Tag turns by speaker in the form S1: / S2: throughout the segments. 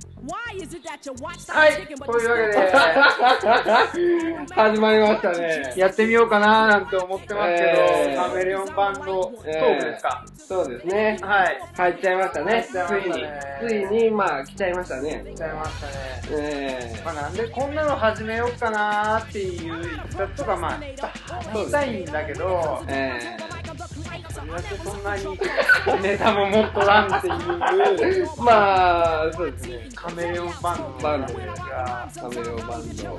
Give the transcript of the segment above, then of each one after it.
S1: はい、というわけで、始まりましたね。
S2: やってみようかななんて思ってますけど、
S1: えー
S2: カメレオン版のトークですか。
S1: そうですね。
S2: はい。
S1: 入っちゃいましたね。
S2: 入っちゃいましたね
S1: ついに、ついに、まあ、来ちゃいましたね。
S2: ちゃいましたね。
S1: え
S2: まあ、なんでこんなの始めようかなーっていう一冊とか、まあ、ちょっと話したいんだけど
S1: ー、、え
S2: そんなそんな にネタも持っとらんっていう
S1: ー、まあ、そうですね。
S2: カメレオン版の
S1: バンド
S2: が
S1: カメレオンバンド。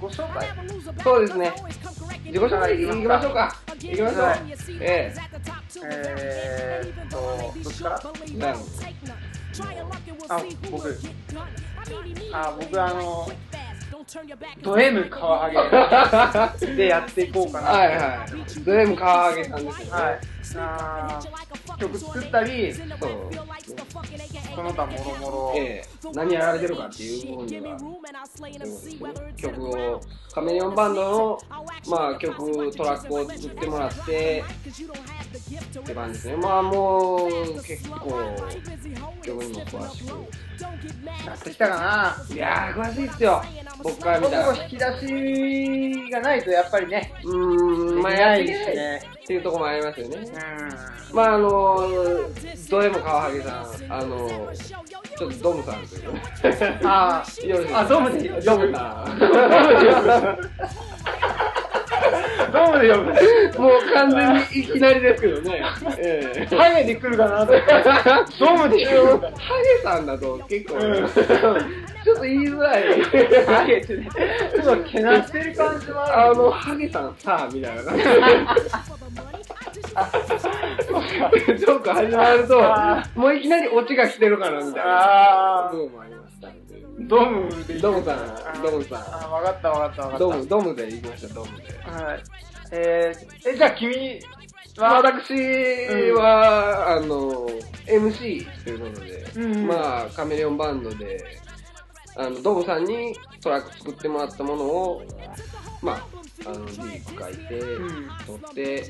S2: ご紹介。
S1: そうですね。自己紹介行きましょうか。行きましょう
S2: はい。
S1: え
S2: えーっと、どっちから
S1: えなるほ
S2: あ、僕。あ、僕あの、ド M カワハ
S1: ど
S2: ゲでやっていこうかな。
S1: はいはい。ド M 川揚げさんですよね。
S2: はい。あー曲作ったり、
S1: そう。
S2: その他もろもろ。
S1: ええ何やられてるかっていう方には、曲を、カメレオンバンドの、まあ、曲、トラックを作ってもらって、って感じですね。まあ、もう、結構、曲にも詳しく。
S2: やってきたかな。
S1: いやー、詳しいっすよ。僕から見
S2: 僕
S1: た
S2: も
S1: ら。
S2: 引き出しがないとやっぱりね、
S1: うーん、まあ、
S2: でき
S1: や
S2: ない
S1: りき
S2: で
S1: れ
S2: す
S1: ない
S2: ね
S1: っていうところもありますよね
S2: う。ん。
S1: まああのどれも川はげさん、あのちょっとドムさんというね。
S2: あー
S1: よろしいですか
S2: あ、ドームで、
S1: ドムさん。
S2: ドームで呼ぶ。
S1: もう完全にいきなりですけどね。ええ
S2: ハゲで来るかなと。ドームで
S1: でも
S2: 呼ぶ。
S1: ハゲさんだと結構、
S2: うん
S1: ちょっと言いづらい。
S2: ハゲってね、ちょっとけなしてる感じもあ
S1: あ
S2: る。
S1: の、ハゲさんさあ、みたいな感じで。ジョーク始まる
S2: あ
S1: と、もういきなりオチが来てるから、みたいな。
S2: あー
S1: どうもありましたんで。
S2: ドームで
S1: ド
S2: 行
S1: ム
S2: く
S1: さ
S2: あ
S1: ん、
S2: ー
S1: ドムさ
S2: あ、わかったわかったわか
S1: ん。
S2: った
S1: ド。ム、ドムで行きました、ドムで。
S2: はい。えー、え、じゃあ君は、
S1: 私は、あの、MC ということで、
S2: うんうん
S1: まあ、カメレオンバンドで、あの、ドブさんにトラック作ってもらったものを、まあ、あの、リリック書いて、
S2: うん
S1: 撮って、っ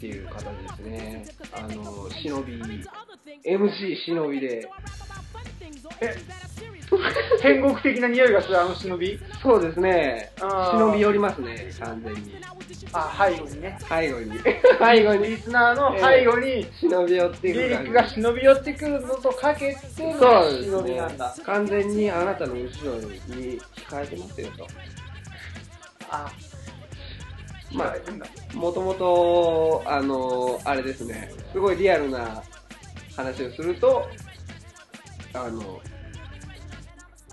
S1: ていう形ですね。あの、忍び、MC 忍 びで、
S2: え、天国的な匂いがするあの忍び
S1: そうですね、
S2: あー
S1: 忍び寄りますね、完全に。
S2: あ、背後にね。
S1: 背後に、 背後
S2: リ
S1: に、
S2: スナーの背後に、
S1: 忍び寄って
S2: リ
S1: い
S2: リ
S1: く感
S2: ッ
S1: じ
S2: ク。が忍び寄ってくるのとかけて
S1: そう
S2: の
S1: で
S2: 忍
S1: す
S2: び
S1: ね
S2: なんだ。。
S1: 完全にあなたの後ろに控えてますよと。
S2: あ、
S1: ま
S2: ま
S1: あ
S2: あ、いいんだ。
S1: もともと、あの、あれですね、すごいリアルな話をすると、あの、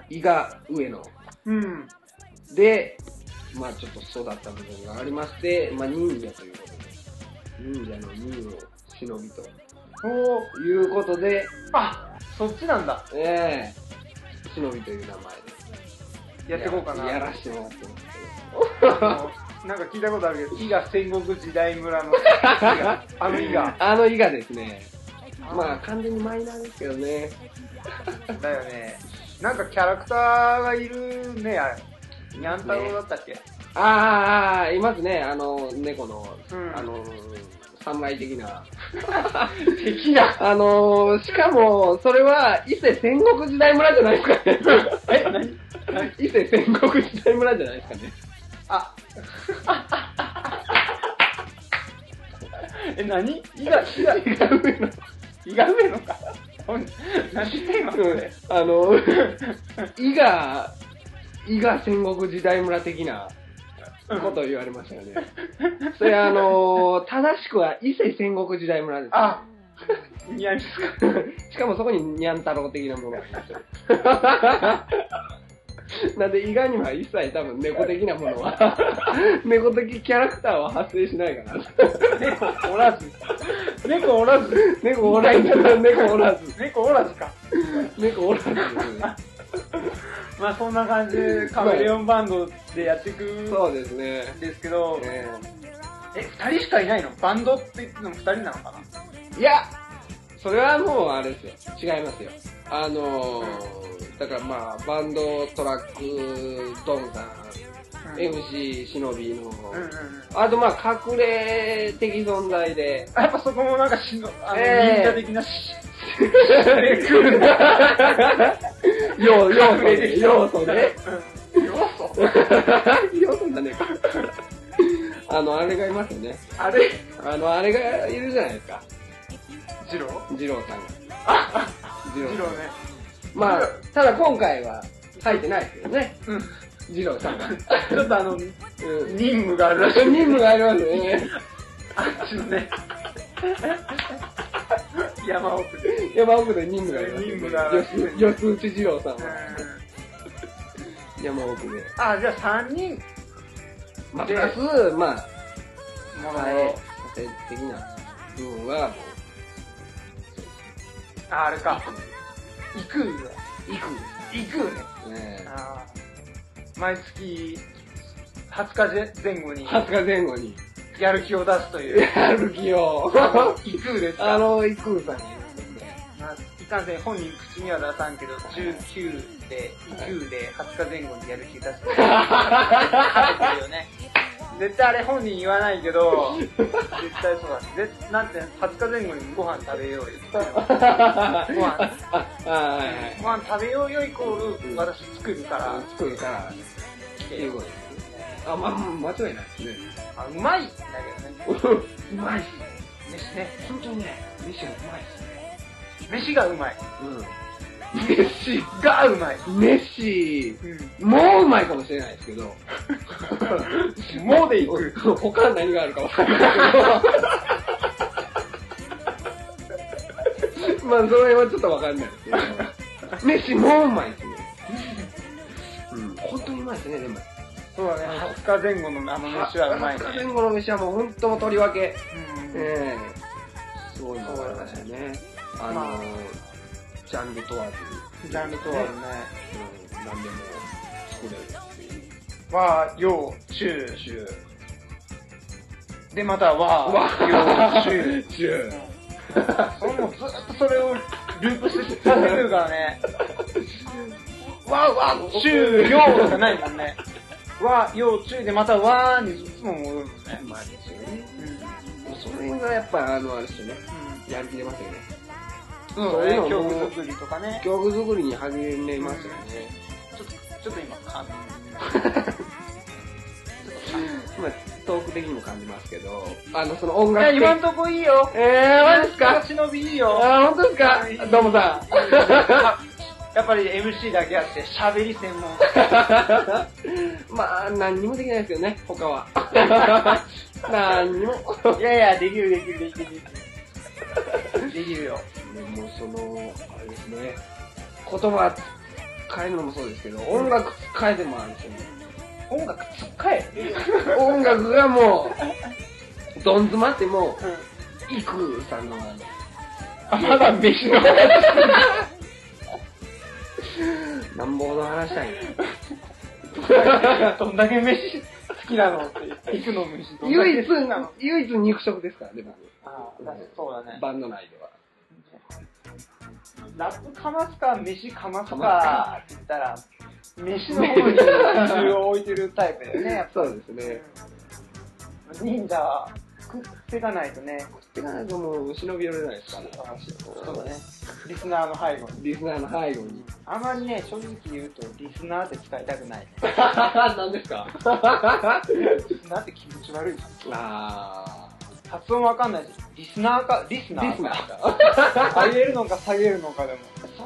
S1: 胃が上野
S2: うん。
S1: で、まあちょっと育った部分がありまして、まあ忍者ということで、忍者の忍を忍びと
S2: おー
S1: いうことで、
S2: あ、そっちなんだ。
S1: ええ忍びという名前です。
S2: やってこうかな。
S1: やらしてもらってますけど。
S2: あのなんか聞いたことあるけど、伊賀戦国時代村 の伊賀、あの伊賀。
S1: あの伊賀ですね。まあ完全にマイナーですけどね。
S2: だよね。なんかキャラクターがいるね、あれ。にゃん太郎だったっけ、
S1: あーあー、いますね。あの、猫の、
S2: うん
S1: あの、侍的な。
S2: 敵だ。
S1: あの、しかも、それは、伊勢戦国時代村じゃないですかね。
S2: え、何
S1: 伊勢戦国時代村じゃないですかね。
S2: あ。え、何伊賀、伊賀、
S1: 伊賀上野
S2: 伊賀上野か。ほん何してんのそれ。
S1: あの、伊賀、伊賀戦国時代村的なことを言われましたよね。それあの、正しくは伊勢戦国時代村です。
S2: あ、似合いますか。
S1: しかもそこにニャン太郎的なものがありますよ。 なんで、伊賀には一切多分猫的なものは、 猫的キャラクターは発生しないかな。
S2: 猫おらず。猫おらず。
S1: 猫おらず、猫おらず、
S2: 猫おらずか。
S1: 猫おらずですね。
S2: まあそんな感じでカメレオンバンドでやっていく
S1: そうですね。
S2: んですけど、
S1: え
S2: え、二人しかいないのバンドって言っても二人なのかな
S1: ーいや、それはもうあれですよ。違いますよ。あのー、だからまあ、バンド、トラック、ドンさん、
S2: うん
S1: MC、忍びの、
S2: うんうんうん。
S1: あとまあ、隠れ的存在で、
S2: やっぱそこもなんかしの、あの、
S1: ええ
S2: 忍者的なし、
S1: 来るんだ。要要素ね。要素ね。
S2: 要素
S1: 要素じゃねえか。あの、あれがいますよね。
S2: あれ
S1: あの、あれがいるじゃないですか。
S2: ジロー
S1: 二郎さんが。
S2: あ
S1: 二
S2: ジ
S1: 郎
S2: ロ
S1: さん
S2: ーね。
S1: まあ、ただ今回は入ってないですけどね。
S2: うん。
S1: 二郎さんが。
S2: ちょっとあの、任
S1: うん。
S2: 務があるらしい。
S1: 任務がありますね。
S2: あっちのね。山奥で。
S1: 山奥で任務があります、
S2: 任務があります
S1: 四つ四つ打ち二郎さん
S2: う
S1: は
S2: ん
S1: 山奥で。
S2: あ、じゃあ3人
S1: まあ、プ
S2: で
S1: ラス、まあ、
S2: ものを、
S1: はい、家庭的な部分は、も
S2: ああれか、行くんだ。
S1: う、いくんで
S2: 行くね。
S1: すね。
S2: あー毎月20日前後に
S1: 20日前後に、
S2: やる気を出すと いう。
S1: やる気を、
S2: あの行くですか
S1: あの、いくんさんがいますんで、
S2: まあいかんせん本人口には出さんけど、19で、行くで20日前後にやる気出 す。あるよね。絶対あれ本人言わないけど、絶対そうだ。絶なんて20日前後にご飯食べ ようよ。
S1: あ
S2: ご飯。
S1: あ、はいはい。
S2: ご飯食べようよイコール私作るから
S1: 作るから、
S2: 来
S1: っ
S2: て
S1: ていう
S2: よ
S1: ことですね。あ、まあ、まあ間違いないですね。
S2: あうまいんだけどね
S1: うまいし、
S2: 飯ね
S1: 本当にね、飯がうまいし
S2: 飯がうまい
S1: ね。
S2: がうまい
S1: うん。飯、飯、
S2: うん
S1: もううまいかもしれないですけど、
S2: もうでいく
S1: 他何があるかわかんないけど。まあ、その辺はちょっとわかんないですけど。飯もううまいですね。うん、本当にうまいですね、でも。
S2: そうだね20日前後のあの飯はうまいね
S1: 二日前後の飯はもう本当とりわけ。
S2: うんうん
S1: ええすごいのがありましたね。あの、
S2: まあ
S1: ジャンル問わず。
S2: ジャンルとはね
S1: うん、何でも作れるっていう。
S2: 和洋中
S1: 中。
S2: でまた和洋中
S1: 中。
S2: それもずっとそれをループして引っ張ってくるからね和和中洋とかないもんね和洋中でまた和にいつも戻るもんね
S1: まあですよね。
S2: うんうん
S1: その辺がやっぱ、あの、あれですよね。やる気出ますよね。
S2: そう
S1: そういう
S2: ね
S1: のも
S2: 曲作りとかね
S1: 曲作りに励めますよね。
S2: ちょっと、ちょっと今、感
S1: まあ、トーク的にも感じますけど、あの、その音
S2: じ。い
S1: 楽
S2: や、
S1: 的
S2: 今んとこいいよ。
S1: えー、マジっすか
S2: 忍びいい
S1: あ
S2: よ。
S1: ー、本当ですかどうもさん。
S2: やっぱり MC だけあって、喋り専門。
S1: まあ、何にもできないですよね、他は。何にも。
S2: いやいや、できるできるできるでき る。できるよ。
S1: もうその、あれですね、言葉変えるのもそうですけど、音楽変えてもあるんですよね。
S2: 音楽つっかえ。
S1: 音楽がもう、どん詰まっても
S2: うん。
S1: う、イクさんのあ
S2: あ、まだ飯の。
S1: の、なんぼの話だよ。
S2: どんだけ飯好きなの って。行くの飯。どんだけ
S1: 唯一、唯一肉食ですからね、僕。
S2: あーだそうだね。
S1: バンド内では。
S2: ラップかますか、飯かます
S1: かますか
S2: かって言ったら、飯の方に重を置いてるタイプだよね、やっぱ
S1: そうですね。
S2: 忍者は食っていかないとね、
S1: てか、なんかもう、忍び寄れないですから。
S2: そうだね、リスナーの背後に。
S1: リスナーの背後に。
S2: あまりね、正直言うと、リスナーって使いたくない。
S1: 何ですか
S2: リスナーって気持ち悪いじ
S1: あ
S2: ゃん発音わかんないし、リスナーか、リス
S1: ー。
S2: ナー
S1: リスナーか。
S2: 上げるのか下げるのかでも、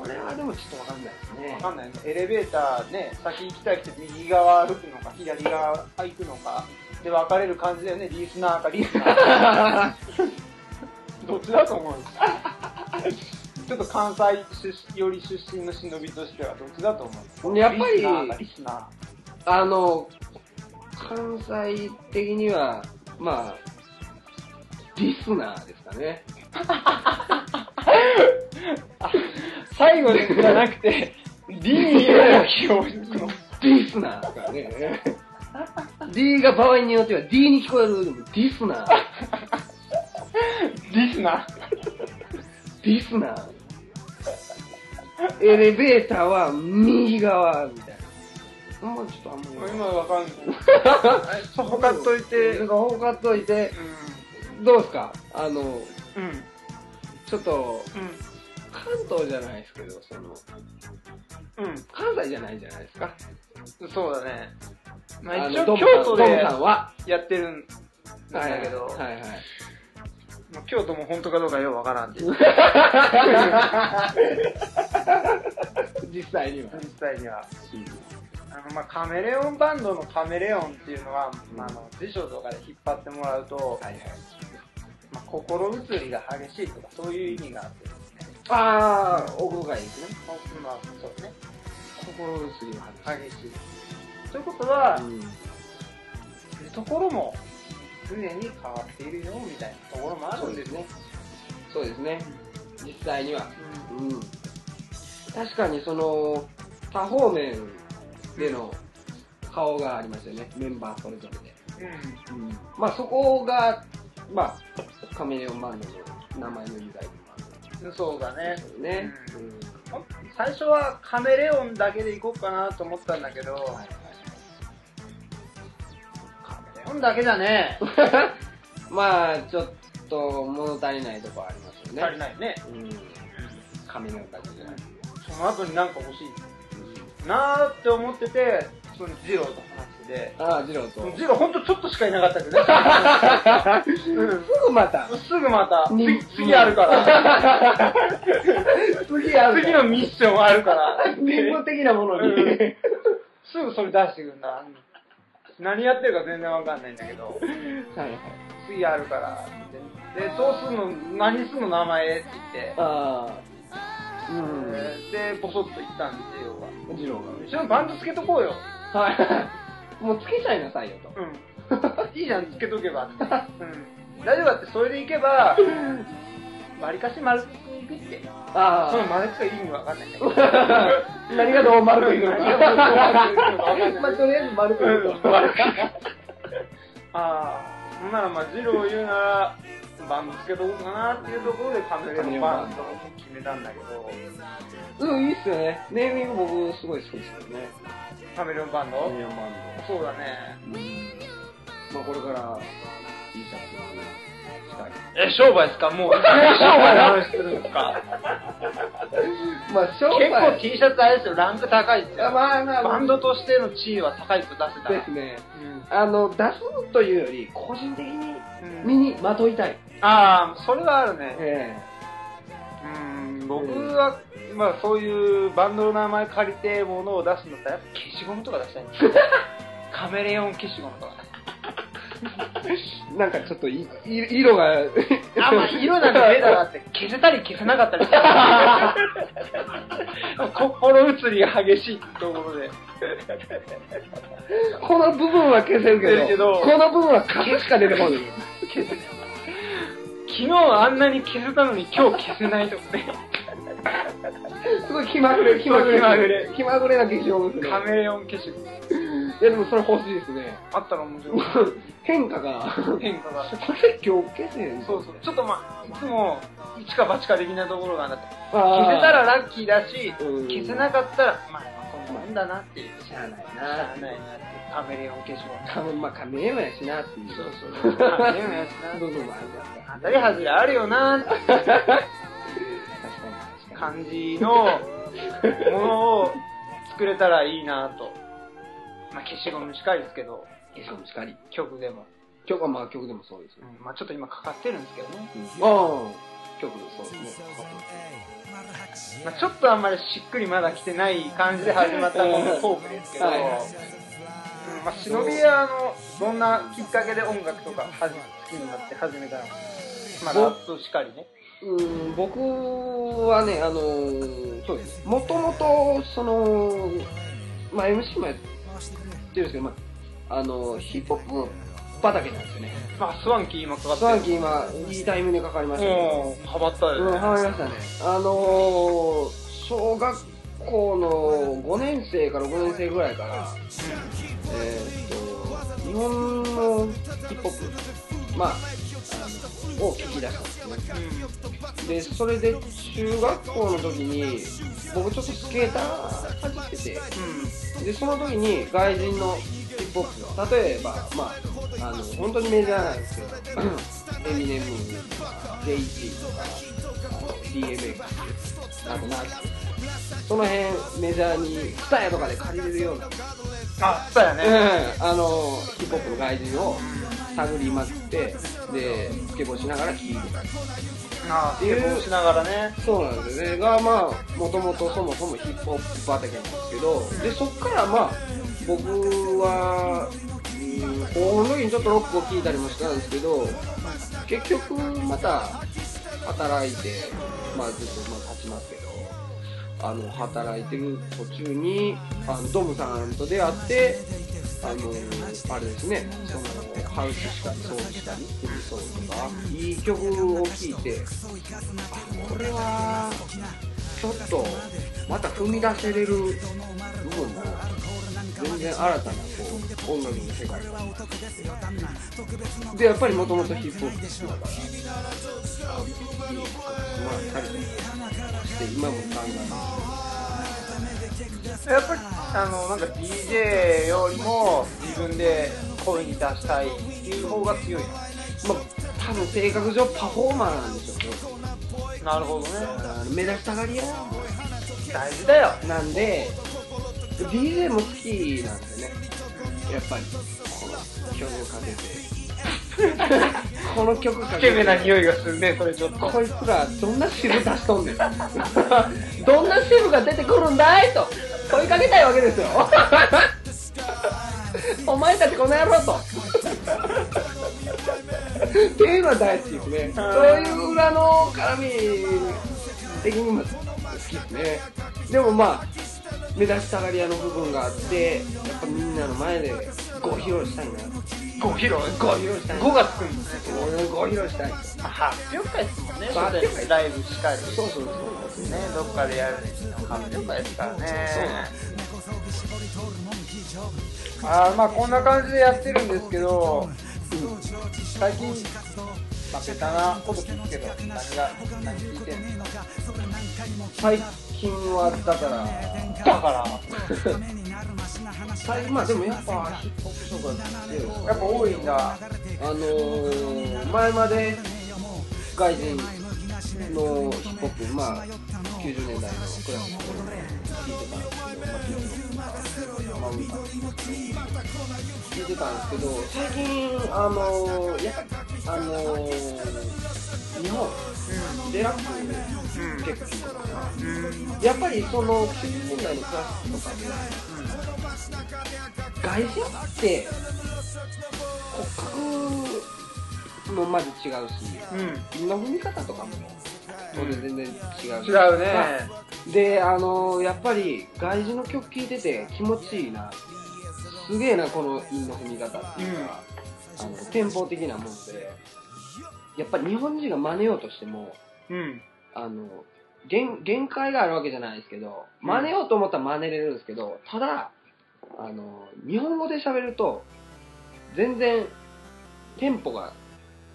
S1: それはでもちょっとわかんないですね
S2: わ。かんないね。エレベーターね、先行きたいって右側歩くのか、左側行くのか、で分かれる感じだよね、リスナーかリスナー。 どっちだと思うちょっと関西出より出身の忍びとしてはどっちだと思う
S1: やっぱり
S2: リスナーかリスナー。
S1: あの、関西的には、まあ、リスナーですかね。
S2: 最後じゃなく て、D に色を表くの。
S1: リスナーですからね。D が場合によっては D に聞こえるでもリスナー。
S2: リスナ
S1: リスナー。エレベーターは右側みたいな。もうちょっとあんまり。
S2: 今わかん ない。そこかっといて、
S1: な
S2: うん
S1: かほかっといて、どうですかあの、
S2: ん。うん。
S1: ちょっと、
S2: うん。
S1: 関東じゃないですけど、その、
S2: う
S1: 関西じゃないじゃないですか。
S2: ん、そうだね。ま
S1: あ
S2: あ
S1: の
S2: 一応
S1: ドムさん
S2: 京都
S1: ドム
S2: で
S1: さんは、
S2: やってるんだけど、
S1: はいはいはい。
S2: まあ京都も本当かどうかようわからんっていう、
S1: 実際には。
S2: 実際には。あのまあ、カメレオンバンドのカメレオンっていうのは、まあ、あの辞書とかで引っ張ってもらうと、
S1: はいはい。
S2: まあ、心移りが激しいとかそういう意味があってですね、
S1: ああ、奥深いですね。
S2: まあまあ、そうね
S1: 心移りは
S2: 激しいということは、
S1: うん。
S2: そういうところも常に変わっているよみたいなところもあ
S1: そ
S2: る
S1: うん
S2: で
S1: ですす
S2: ね
S1: ね。そうですね。実際には。
S2: う
S1: うん。確かにその、多方面での顔がありますよね。メンバーそれぞれで。
S2: ん、うん
S1: まあそこが、まあ、カメレオンバンドの名前の由来でもあるんで
S2: そうだね
S1: すよね。
S2: うん
S1: うん
S2: 最初はカメレオンだけでいこうかなと思ったんだけど、
S1: はい
S2: カメレオンだけじゃね
S1: はいまあ、ちょっと物足りないとこありますよね。
S2: 足りないね
S1: うん。カメレオンだけじゃない。
S2: その後になんか欲しいなーって思っててそのジローと話して
S1: ああ、ジローと。
S2: てジローほんとちょっとしかいなかったけ どね、
S1: すぐまた
S2: うん、すぐまた
S1: に
S2: 次次あるから
S1: 次あ る
S2: 次のミッションある から
S1: 民法的なも のに。
S2: うんすぐそれ出してくんだ。何やってるか全然わかんないんだけど、
S1: はいはい。
S2: 次あるからって。で、どうすんの何すんの名前って言って、
S1: ああ。う
S2: で、ボソッと言ったんですよ。
S1: ん。ジロー
S2: 一緒にバンドつけとこうよ。
S1: が。はい。 もうつけちゃいなさいよと。
S2: うん。いいじゃん、つけとけばって。うん。大丈夫だって、それでいけば、わりかし丸くいくって。その
S1: あ
S2: 丸くが意味わかんないんだけど。
S1: あ。何がどう丸く いくのか。
S2: 何がどう丸くいくのか
S1: まあ、とりあえず丸くいく
S2: うん
S1: と。
S2: 丸くああ、ほんならまあ、ジローを言うなら、バンドつけとこうかなっていうところでカメレオンバンドを決めたんだけど、
S1: うん、いいっすよね。ネーミング僕すごい好きですよね。
S2: カメレオンバンド、
S1: ミオンバン
S2: そうだね。
S1: ド。まあ、これから、いい作品をしたい。
S2: え、商売ですかもう、 商売の話するんですか
S1: まあ、商
S2: 結構
S1: 売。
S2: T シャツあれですよ、ランク高いです
S1: あ
S2: よ。
S1: まあまあ、
S2: バンドとしての地位は高いと出せた
S1: で
S2: ら
S1: す。ね。
S2: うん
S1: あの、出すというより、個人的に身
S2: うん
S1: にまといたい。
S2: ああ、それはあるね。
S1: え
S2: うん、僕は、まあそういうバンドの名前借りてものを出すんだったら、やっぱ消しゴムとか出したいん ですよ。カメレオン消しゴムとか。
S1: えなんかちょっとい、い色が、
S2: あんま色なんて出たらって、消せたり消せなかったりしてる 心移りが激しいところで。
S1: この部分は消せるけ
S2: 消せ
S1: ど、
S2: るけど
S1: この部分は数しか出てこない。
S2: 消せ昨日あんなに消せたのに今日消せないとかね。
S1: すごい気まぐれ、気まぐれ。
S2: 気まぐれ
S1: 気まぐれな劇場ですね。
S2: カメレオン消しゴム。
S1: いや、でもそれ欲しいですね。
S2: あったら面白い。
S1: 変化が。
S2: 変化が。
S1: これ今日消せん
S2: そうそう。ちょっとまあ、いつも、一か八か的なところがあって、
S1: 消せ
S2: 消せたら、ラッキーだし、
S1: うん
S2: 消せなかったら、まあ、こんなもんだなっていう。
S1: しゃあない
S2: しゃ
S1: な
S2: あ。ないなって。カメレオン消しゴム。
S1: 多分まあ、亀山やしなっていう。
S2: そうそう。カメレオンやつな。
S1: 部分もありますから。
S2: 当たり外れあるよなーって
S1: 確かに確か
S2: 感じのものを作れたらいいなと。まあ、消しゴムしかりですけど、
S1: に。消しゴムしかり。
S2: 曲でも。
S1: 曲はまあ曲でもそうです
S2: う
S1: ね。
S2: ん、まあ、ちょっと今かかってるんですけどね。
S1: うん、ああ、曲そうですね。
S2: まあ、ちょっとあんまりしっくりまだ来てない感じで始まったこのトークですけど、
S1: はい
S2: うんまあ、忍びはあの、どんなきっかけで音楽とかはじ好きになって始めたのまあ、ラップしかりね。
S1: うん、僕はね、あのーそうです。もともと、その、まあ、MC もやってるんですけど、まあ、あのーヒップホップ畑なんですよね。
S2: まあ、スワンキー今かかって
S1: ス
S2: る。
S1: ワンキー今、いいタイミングでかかりましたけど、
S2: うん、ハマった
S1: うん、
S2: よね。
S1: ハマりましたね。あのー小学校の5年生から5年生ぐらいから、えーっと、日本のヒップホップ、まあ、あのを聞き出したんですよね。でそれで中学校の時に僕ちょっとスケーター始めて
S2: うん。うん
S1: てでその時に外人のヒップホップ例えばまああの本 当にメジャーなんですけどエミネムとか JT とかあの DMX あとなんかその辺メジャーにスタヤとかで借りれるような、うん、
S2: あそうやね、
S1: あのヒップホップの外人を探りまくってでスケボーしながら聴いてたり
S2: ああ抵抗しながらね
S1: そうなんですよねがまあもともとそもそもヒップホップ畑なんですけどでそっからまあ僕はうん高校の時にちょっとロックを聴いたりもしたんですけど結局また働いてまあずっとまあ経ちますけどあの働いてる途中にあのドムさんと出会ってあのあれですねそのハウスしたりソウルしたりフリーソウルとかいい曲を聴いてあこれはちょっとまた踏み出せれる部分も全然新たなこう音楽の世界がでやっぱりもともとヒップホップ好きだからあいい曲もらったりとかして今もガンガン
S2: やっぱりあのなんか DJ よりも自分で声に出したいっていう方が強い
S1: まあ多分性格上パフォーマーなんでしょうけど
S2: なるほどね
S1: あの目立ちたがり屋
S2: 大事だよ
S1: なんで DJ も好きなんですよねやっぱりこの曲をかけて この曲か
S2: ス
S1: け
S2: ケベな
S1: て
S2: 匂いがするねそれちょっと
S1: こいつらどんな汁出しとん ねんどんな汁が出てくるんだいと問いかけたいわけですよ お前たちこの野郎と っていうのは大好きですねそういう裏の絡み的にも好きですねでもまあ目立ちたがり屋の部分があってやっぱみんなの前でご披露したいな
S2: ご披露
S1: ご披露したい
S2: 5月くんですね
S1: 俺もご披露したい
S2: 発表会ですもんね
S1: 発表会
S2: ライブしかり
S1: そうそうそう
S2: ねどっかでやるの発表会ですからね
S1: そうなん
S2: あーまあこんな感じでやってるんですけど、最近まあベタなこと聞くけど何が何聞いてんの
S1: 最近はだから
S2: だから
S1: 最まあでもやっぱヒップホップとか強いですか
S2: やっぱ多いんだ
S1: あのー、前まで外人のヒップホップ、まあ、90年代のクラシックを聴いてたんですけど、まあ、ビートとか、まあ、歌聴いてたんですけど、最近、あのー、やっぱり、あのー、日本、デラック結構聴いてたかな、やっぱりその90年代のクラシックとかで、外人って骨格もまず違うし、
S2: うん
S1: の踏み方とかも当然全然違う
S2: 違うね
S1: であのやっぱり外人の曲聴いてて気持ちいいなすげえなこの韻の踏み方っていうか、あのテンポ的なものでやっぱり日本人が真似ようとしても
S2: うん
S1: あの限限界があるわけじゃないですけど真似ようと思ったら真似れるんですけどただあの日本語で喋ると全然テンポが、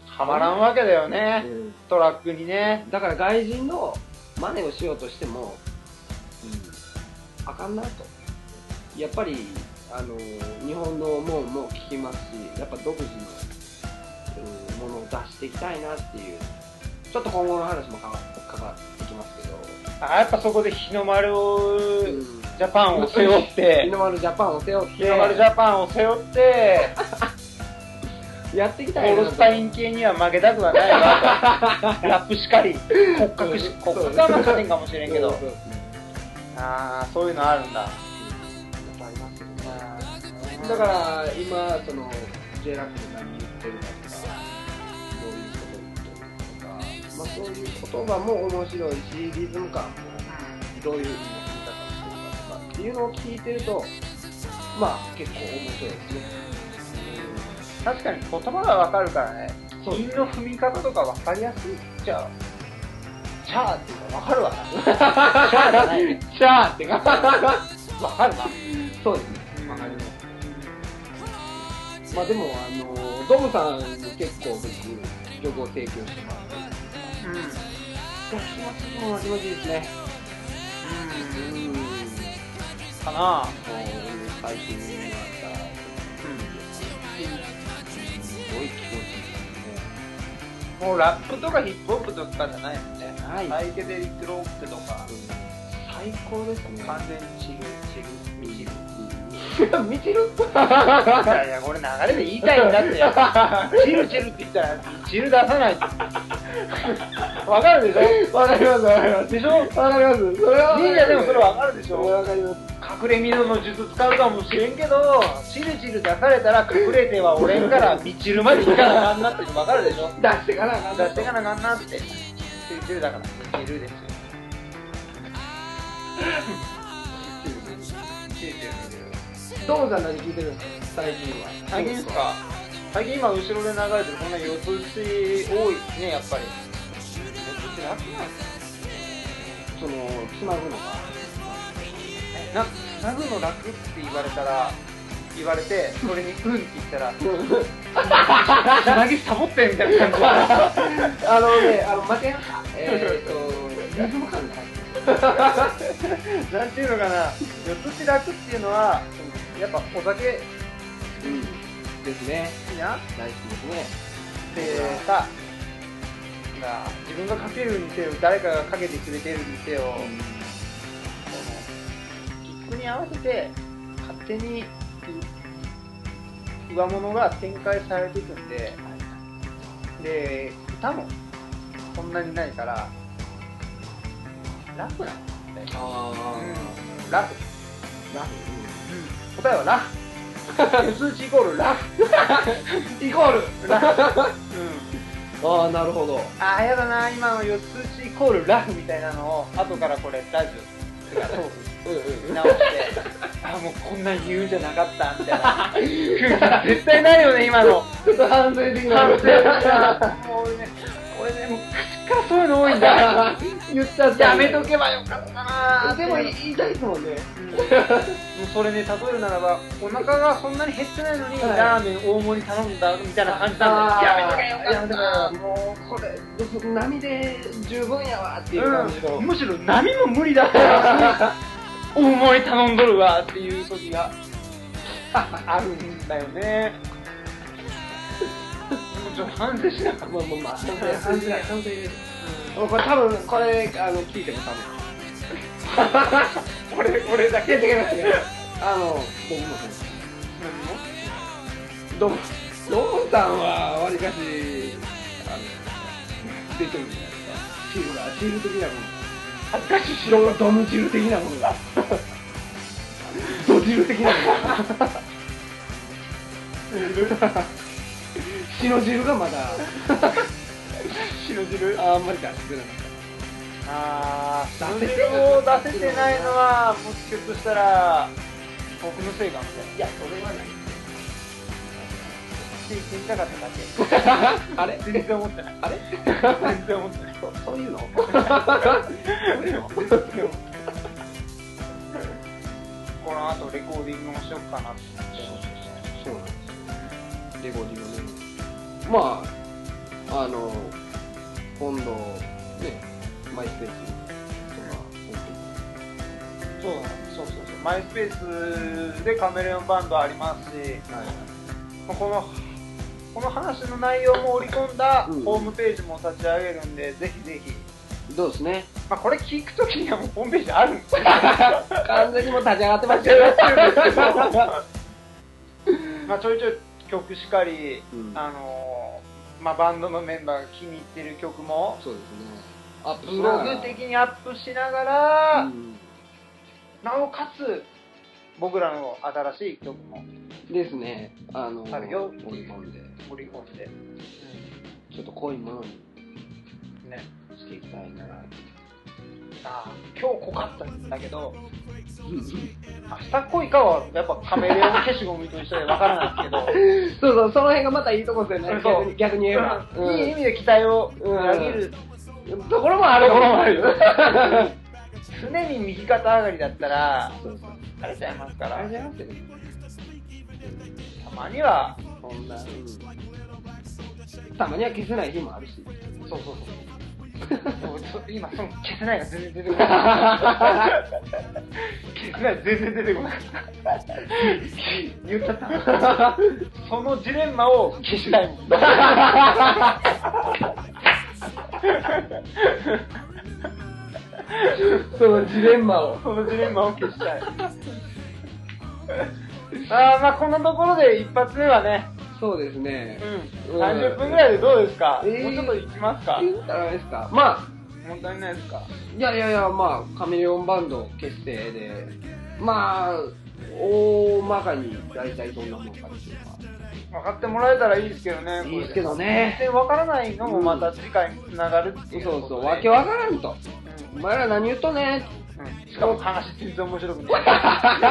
S2: はまらんわけだよね
S1: うん
S2: トラックにね
S1: だから外人の真似をしようとしても、うん、あかんなとやっぱりあの日本のもんも聞きますしやっぱ独自の、うんものを出していきたいなっていうちょっと今後の話もかかかってきますけど、
S2: あやっぱそこで日の丸を
S1: うん
S2: ジャパンを背負って
S1: 日の丸ジャパンを背負って
S2: 日の丸ジャパンを背負って
S1: やっていき
S2: ホ
S1: たいな
S2: ールスタイン系には負けたくはないな とラップしかり骨格し骨格はまあ勝てんかもしれんけど
S1: そうそうそう
S2: ああそういうのあるんだ
S1: ありますよねだから今その J ラックが何言ってるかとかどういうこと言ってるかとか、まあ、そういう言葉も面白いしリズム感もどういう意味の言い方をしてるかとかっていうのを聞いてるとまあ結構面白いですね
S2: 確かに言葉がわかるからね
S1: そう
S2: 韻の踏み方とかわかりやすいじゃあじゃあっていうかわかるわ
S1: チャーじゃない チャーって か
S2: わかるな
S1: そうですね
S2: わかる
S1: まあでもあのドムさんに結構僕曲を提供してます
S2: うんうん
S1: 気持ちいいものは気持ちいいですねうんもう
S2: かな
S1: 最近になったすごい気持ちいいです
S2: もうラップとかヒップホップとかじゃないもんね
S1: ねない、
S2: サイケデリックロックとか
S1: うん最高ですね
S2: 完全にチルチルミチル
S1: 見てる
S2: いやいや、これ流れで言いたいんだってや。チルチルって言ったら、チル出さないと。わかるでしょ
S1: わかりますわかります
S2: でしょ
S1: わかりますそれは
S2: 忍者でもそれわかるでしょ
S1: わかります
S2: 隠れ蓑の術使うかもしれんけど、チルチル出されたら隠れては俺から、ミチルまで行かなあかんなってわかるでしょ
S1: 出してからな
S2: 出していかなあかんなって。チルチルだから、ミチルですよ。チルチルチル。
S1: どうさん何聞いてるんですか最近は
S2: 最近ですか最近今後ろで流れてるこんな四つ打ち多いですねやっぱり四つ打ち楽なんです
S1: そのつまぐのが
S2: ねな繋ぐの楽って言われたら言われてそれに「うん」って言った ら「つなぎサボって」みたいな感じ
S1: あのねあの負けなかったえっとリズム感が入って る
S2: なんていうのかな四つ打ち楽っていうのはやっぱお酒
S1: うんですね
S2: 好きな
S1: 大好きですね
S2: でさまあ自分がかけるにせよ誰かがかけてくれてるにせよ、キックに合わせて勝手にう上物が展開されていくんで、で歌もそんなにないからラフなんですね、う
S1: あ
S2: ん、ラフ、
S1: あラフ
S2: 答えはラフ数値イコールラフイコールラフ、うん、
S1: ああなるほど
S2: ああやだな今の四つ打ちイコールラフみたいなのを後からこれラジオとかトーク
S1: うんうん
S2: 直して、あ、もうこんな言うんじゃなかったみた いな、絶対ないよね、今の、
S1: ちょっと反省的な
S2: 反省 もうね、俺ね、もう口からそういうの多いんだ、
S1: 言っちゃった
S2: やめとけばよかったなー
S1: でも
S2: もう
S1: 言いたいですもんね
S2: それね、例えるならば、お腹がそんなに減ってないのに、
S1: はい
S2: ラーメン大盛り頼んだみたいな感じなんだよ、やめとけよか
S1: や
S2: った
S1: めとけ
S2: な
S1: よもうこれ別に波で十分やわっていう感じの、
S2: うん、むしろ波も無理だ ったのに大盛り頼んどるわっていう時があるんだよねちょっと反省しなかっ
S1: まあまあまあ反省
S2: 反省
S1: 反省
S2: た
S1: もうこれ多分これあの聞いても多分
S2: これこれだ
S1: 違う
S2: け
S1: 違う違うあの僕もそうですドンドンさんはわりかしあの出てるじゃないですかチールがチール的なもの恥ずかしいしろドムチル的なものがドチル的なものが白汁がまだ
S2: 白汁
S1: あんまり出してなかっ
S2: ああ
S1: 出
S2: 出
S1: せ
S2: せて
S1: てない
S2: 出せてないのはもしかしたら僕のせいかもしれないいやそれはないって言ってみたかっただ
S1: たあれ
S2: け 全然思ってない
S1: あれ
S2: 全然思ってない
S1: そそういうの
S2: この後レコーディングもしよっかなって
S1: そうなんですよレコーディングねまああの今度ねマイスペースとか
S2: そうそうそうそうマイスペースでカメレオンバンドありますし
S1: はい
S2: まあこのこの話の内容も織り込んだ
S1: うん
S2: ホームページも立ち上げるんで、ぜひぜひ、
S1: どうですね
S2: まあ、これ聞くときにはもうホームページあるんで すよ
S1: 完全にもう立ち上がってました
S2: や
S1: よ
S2: ってるんですけどまあちょいちょい曲しかり、
S1: うん
S2: あのーまあ、バンドのメンバーが気に入ってる曲も
S1: そうですねアップ
S2: ブログ的にアップしながら、
S1: うん
S2: なおかつ僕らの新しい曲も
S1: ですねあの
S2: あるよ
S1: 追い込んで
S2: 盛り込んで、
S1: ちょっと濃いものに
S2: ね
S1: していきたいな
S2: あー今日濃かったんだけど明日濃いかはやっぱカメレオン消しゴムと一緒でわからないですけど
S1: そうそうその辺がまたいいとこですよね
S2: そう
S1: 逆に逆に言えば、
S2: うん
S1: うん
S2: いい意味で期待を裏切る、
S1: ところもある
S2: ところもあるよ
S1: そ
S2: 常に右肩上がりだったら
S1: う そう
S2: 疲れちゃいますから
S1: あれじ
S2: た
S1: ゃなくてね
S2: まには
S1: そんな、たまには消せない日もあるし
S2: そうそうそうそうそう今その消せないが全然出てこ ない消せない全然出てこない言っちゃったそのジレンマを消したいもん。
S1: そのジレンマを。
S2: そのジレンマを消したい。 あーまあこんなところで一発目はね、
S1: そうですね。
S2: うん、30分ぐらいでどうですか、
S1: えー
S2: もうちょっと行きますか
S1: いいんじゃないですか。まあ、
S2: 問題ないですか
S1: いやいやいや、まあ、カメレオンバンド結成で、まあ、大まかに大体どんなものかっていうか。
S2: 分かってもらえたらいいですけどね
S1: いいですけどね
S2: これで分からないのもまた次回につながるっていうことで
S1: そうそう、わけわからんと。
S2: う
S1: お前ら何言っとんねんって
S2: んうんしかも話全然面白く ない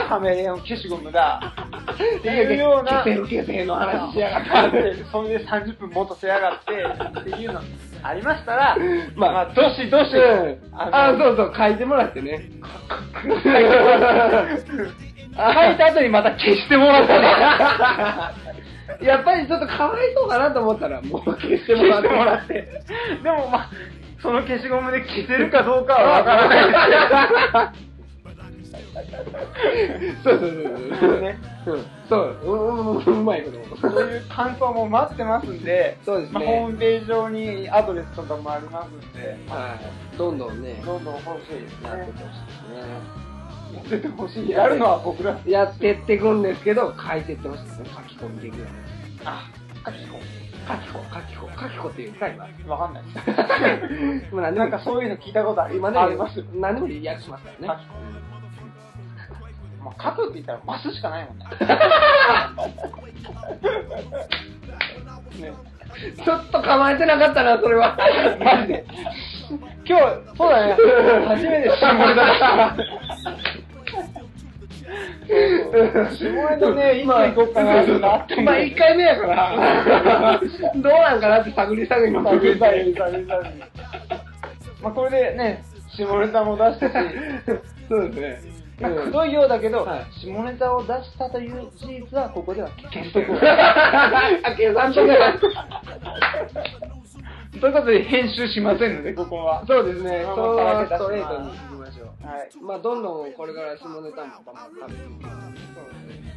S2: カメレオン消しゴムだっていうような
S1: 消せる消せるの話しやが
S2: あ
S1: っ
S2: で
S1: て。
S2: それで30分もっとせやがってっていうのありましたら、
S1: ま
S2: ま
S1: あ
S2: あ、どしどし、
S1: うん、あ
S2: の
S1: そうそう、書いてもらっ てね。
S2: 書いた後にまた消してもらったら
S1: やっぱりちょっとかわいそうかなと思ったら、もう消してもらって。
S2: でもまあ、その消しゴムで消せるかどうかはわからない
S1: そうそうそうそう。
S2: ね
S1: うん、そう、うんうん、うまいこと。
S2: そういう感想も待ってますんで、
S1: そうです
S2: ま
S1: ね
S2: あ、ホームページ上にアドレスとかもありますんで、
S1: はい。どんどんね、
S2: どんどん欲しいです
S1: やってって
S2: ね。
S1: ほしいですね。
S2: やっててほしい。やるのは僕ら。
S1: やってってくんですけど、書いてってほしいですね。書き込みできない。
S2: あ、書き込
S1: 書きこ、書きこ、書きこっていうか、今。
S2: むわかんないです。
S1: もう何で
S2: なん
S1: も
S2: かそういうの聞いたことあり
S1: 今
S2: ま
S1: ね、
S2: ありますよ。
S1: 何でもリアクしますからね。
S2: まあ、書くって言ったらマスしかないもんね。ね
S1: ちょっと構えてなかったな、それは。マジで。
S2: 今日、そうだね。初めて下ネタ。下ネタね、今行こうかなってなって。
S1: まあ、1回目や から、どうなんかなって探り探りの
S2: まあ、うるさいうるさいうるさい。まあ、これでね、下ネタも出したし、
S1: そうですね。
S2: なんかくどいようだけど、
S1: はい
S2: 下ネタを出したという事実はここでは消しとこう。
S1: あ、計算とか。
S2: ということで編集しませんので、ここは。
S1: そうですね。
S2: まあ
S1: そ
S2: まあ
S1: の
S2: さらけ出
S1: ス
S2: します
S1: トレートに行きましょ
S2: はい。
S1: う。まあ、どんどんこれから下ネタもバンバン食べていきます
S2: そうですね